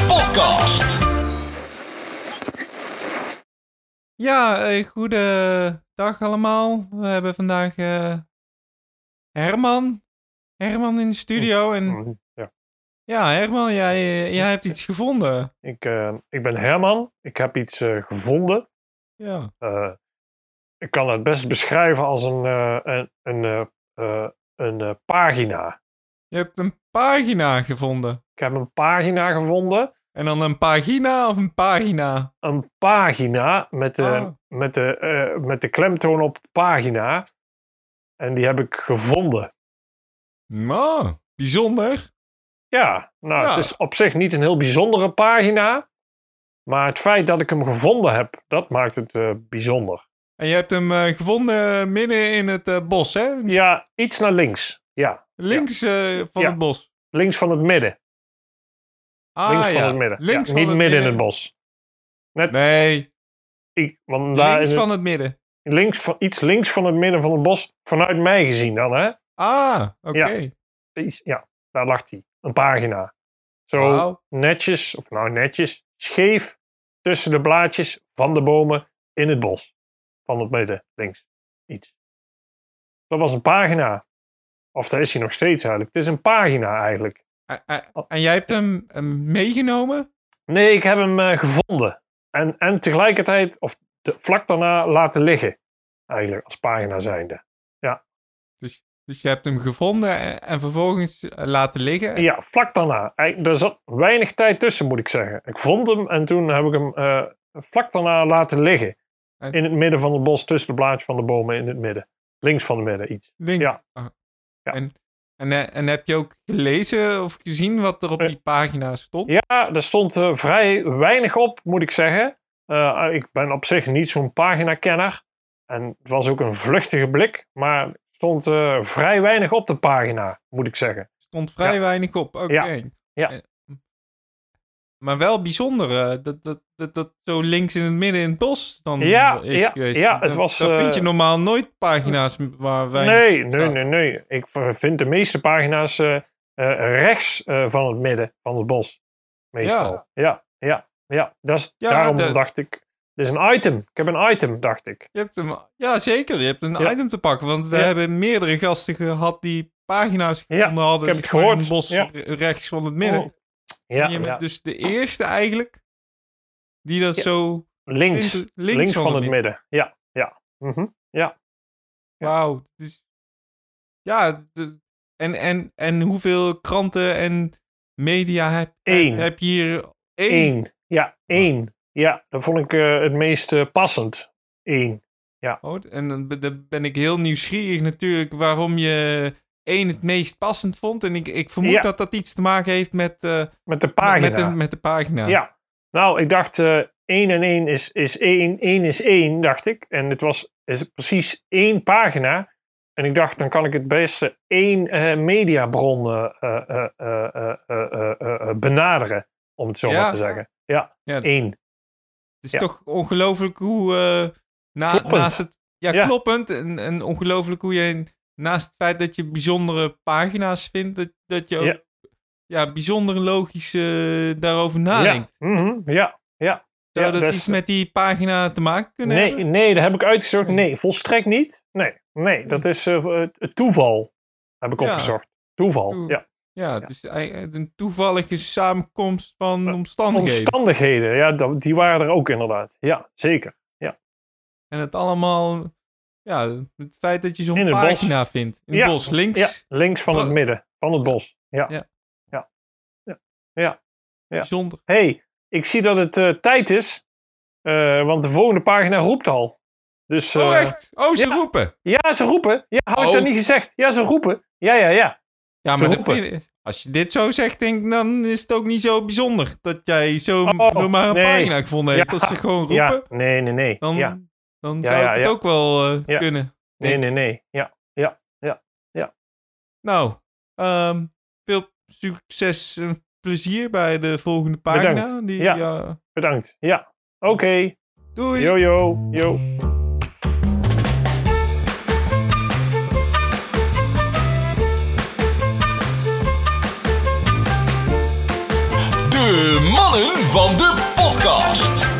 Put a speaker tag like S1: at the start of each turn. S1: Podcast.
S2: Ja, eh goedendag allemaal. We hebben vandaag eh, Herman. Herman in de studio. En
S3: Mm, Ja,
S2: ja, Herman, jij, eh, jij hebt iets gevonden.
S3: ik, eh, ik ben Herman. Ik heb iets eh, gevonden.
S2: Ja.
S3: Eh, ik kan het best beschrijven als een, eh, een, een, eh, eh, een eh, pagina.
S2: Je hebt een pagina gevonden.
S3: Ik heb een pagina gevonden.
S2: En dan een pagina of een pagina?
S3: Een pagina met de,
S2: Ah.
S3: met de, eh, met de klemtoon op pagina. En die heb ik gevonden.
S2: Nou, bijzonder.
S3: Ja, nou,
S2: Ja.
S3: het is op zich niet een heel bijzondere pagina. Maar het feit dat ik hem gevonden heb, dat maakt het eh, bijzonder.
S2: En je hebt hem eh, gevonden midden in het eh, bos, hè?
S3: Ja, iets naar links. Ja.
S2: Links eh, van
S3: Ja.
S2: het bos.
S3: Links van het midden.
S2: Ah,
S3: links van
S2: ja.
S3: het midden.
S2: Links
S3: Ja,
S2: van
S3: niet
S2: het
S3: midden, in het bos. Net
S2: Nee,
S3: ik- want daar
S2: links
S3: is het-
S2: van het midden.
S3: links van, iets links van het midden van het bos, vanuit mij gezien dan, hè?
S2: Ah, oké.
S3: Iets- Ja, daar lag hij. Een pagina. Zo
S2: Wauw.
S3: netjes, of nou netjes, scheef tussen de blaadjes van de bomen in het bos. Van het midden, links. Iets. Dat was een pagina. Of daar is hij nog steeds eigenlijk. Het is een pagina eigenlijk.
S2: En- en- En jij hebt hem, hem meegenomen?
S3: Nee, ik heb hem eh, gevonden. En, en tegelijkertijd, of de- vlak daarna, laten liggen. Eigenlijk, als pagina zijnde.
S2: Dus je hebt hem gevonden en, en vervolgens eh, laten liggen.
S3: Ja, vlak daarna. Eigenlijk, Er zat weinig tijd tussen, moet ik zeggen. Ik vond hem en toen heb ik hem eh, vlak daarna laten liggen.
S2: En-
S3: In het midden van het bos, tussen de blaadjes van de bomen in het midden. Links van het midden, iets.
S2: Links.
S3: ja.
S2: Ah.
S3: Ja.
S2: En, en, eh, en heb je ook gelezen of gezien wat er op
S3: Eh.
S2: die pagina stond?
S3: Ja, er stond eh, vrij weinig op, moet ik zeggen. Eh, ik ben op zich niet zo'n paginakenner. En het was ook een vluchtige blik, maar er stond eh, vrij weinig op de pagina, moet ik zeggen.
S2: stond vrij weinig op. Oké.
S3: Ja.
S2: Eh, Maar wel bijzonder eh, dat, dat, dat dat zo links in het midden in het bos dan
S3: Ja,
S2: is
S3: ja,
S2: geweest.
S3: ja, het
S2: Dat-
S3: was,
S2: Dat vind je
S3: eh,
S2: normaal nooit pagina's waar wij...
S3: Nee, nee,
S2: Ja.
S3: nee, nee. Ik v- vind de meeste pagina's eh, eh, rechts eh, van het midden van het bos. Meestal. Ja, ja, ja. Dat is,
S2: Ja,
S3: daarom
S2: de-
S3: dacht ik. Dit is een item. Ik heb een item, dacht ik.
S2: Je hebt hem, ja, zeker. Je hebt een
S3: Ja.
S2: item te pakken. Want we
S3: Ja.
S2: hebben meerdere gasten gehad die pagina's
S3: Ja,
S2: gevonden hadden.
S3: ik heb
S2: zeg
S3: het
S2: maar, in
S3: gehoord.
S2: bos
S3: Ja.
S2: re- rechts van het midden.
S3: Oh, Ja,
S2: En je bent
S3: ja.
S2: dus de eerste eigenlijk die dat
S3: Ja.
S2: zo
S3: Links,
S2: links,
S3: links, van, het
S2: midden.
S3: midden. Ja, ja. Mhm. Ja.
S2: Wauw. het is- Ja, de- en, en, en hoeveel kranten en media heb,
S3: Eén.
S2: heb, heb je hier? Eén. Ah.
S3: Eén. Ja, één. Ja, dat vond ik eh, het meest eh, passend. Eén.
S2: Oh, en dan ben- dan ben ik heel nieuwsgierig natuurlijk waarom je één het meest passend vond. En ik, ik vermoed
S3: Ja.
S2: dat dat iets te maken heeft met, eh, met-
S3: Met de pagina.
S2: Met, de, met de pagina.
S3: Ja. Nou, ik dacht eh 1 en 1 is, is 1, 1 is 1, dacht ik. En het was is precies één pagina. En ik dacht, dan kan ik het beste één eh, mediabron eh, eh, eh, eh, eh, eh, eh, eh, benaderen, om het zo
S2: Ja.
S3: maar te zeggen. Ja,
S2: Ja.
S3: één.
S2: Het is
S3: Ja.
S2: toch ongelooflijk hoe eh, na,
S3: Kloppend.
S2: naast het... Ja,
S3: Ja.
S2: kloppend. En, en ongelooflijk hoe je naast het feit dat je bijzondere pagina's vindt, dat, dat je ook ja.
S3: Ja.
S2: bijzonder logisch eh, daarover nadenkt.
S3: Ja. Mhm, ja.
S2: Zou
S3: Ja,
S2: dat
S3: dat is-
S2: iets met die pagina te maken kunnen
S3: Nee,
S2: hebben?
S3: nee, dat heb ik uitgezocht. Nee, volstrekt niet. Nee, nee dat is eh, eh, toeval. Heb ik
S2: Hm. Ja.
S3: opgezocht. Toeval,
S2: Toe-
S3: ja. Eh,
S2: Ja, het is eigenlijk een toevallige samenkomst van omstandigheden.
S3: Omstandigheden, ja, dat- die waren er ook inderdaad. Ja, zeker.
S2: en het allemaal... Ja, het feit dat je
S3: In
S2: zo'n
S3: het bos.
S2: pagina vindt. In
S3: Ja,
S2: het bos, links.
S3: Ja, links van het
S2: Van-
S3: midden, van het bos. Ja.
S2: Ja.
S3: Ja. ja. ja.
S2: Bijzonder.
S3: hey, ik zie dat het eh, tijd is, eh, want de volgende pagina roept al. Dus,
S2: oh,
S3: eh,
S2: echt? Oh, ze
S3: ja.
S2: roepen.
S3: Ja, ze roepen. Ja, had
S2: Oh.
S3: ik dat niet gezegd? Ja, ze roepen. Ja, ja, ja.
S2: Ja,
S3: Ze
S2: maar dat
S3: roepen.
S2: vind ik- als je dit zo zegt, denk, ik, dan is het ook niet zo bijzonder dat jij zo
S3: Oh,
S2: zomaar een
S3: nee.
S2: pagina gevonden hebt.
S3: Ja,
S2: Als ze gewoon roepen,
S3: Ja, nee, nee, nee.
S2: dan,
S3: Ja,
S2: dan
S3: Ja,
S2: zou
S3: ja,
S2: ik het
S3: ja.
S2: ook wel eh,
S3: Ja.
S2: kunnen.
S3: nee, nee, nee. Ja.
S2: Nou, ehm, veel succes en plezier bij de volgende pagina.
S3: Bedankt.
S2: Die,
S3: Ja.
S2: ja.
S3: Bedankt. Ja. Oké.
S2: Doei!
S3: Yo, yo, yo.
S1: De Mannen mannen van de podcast.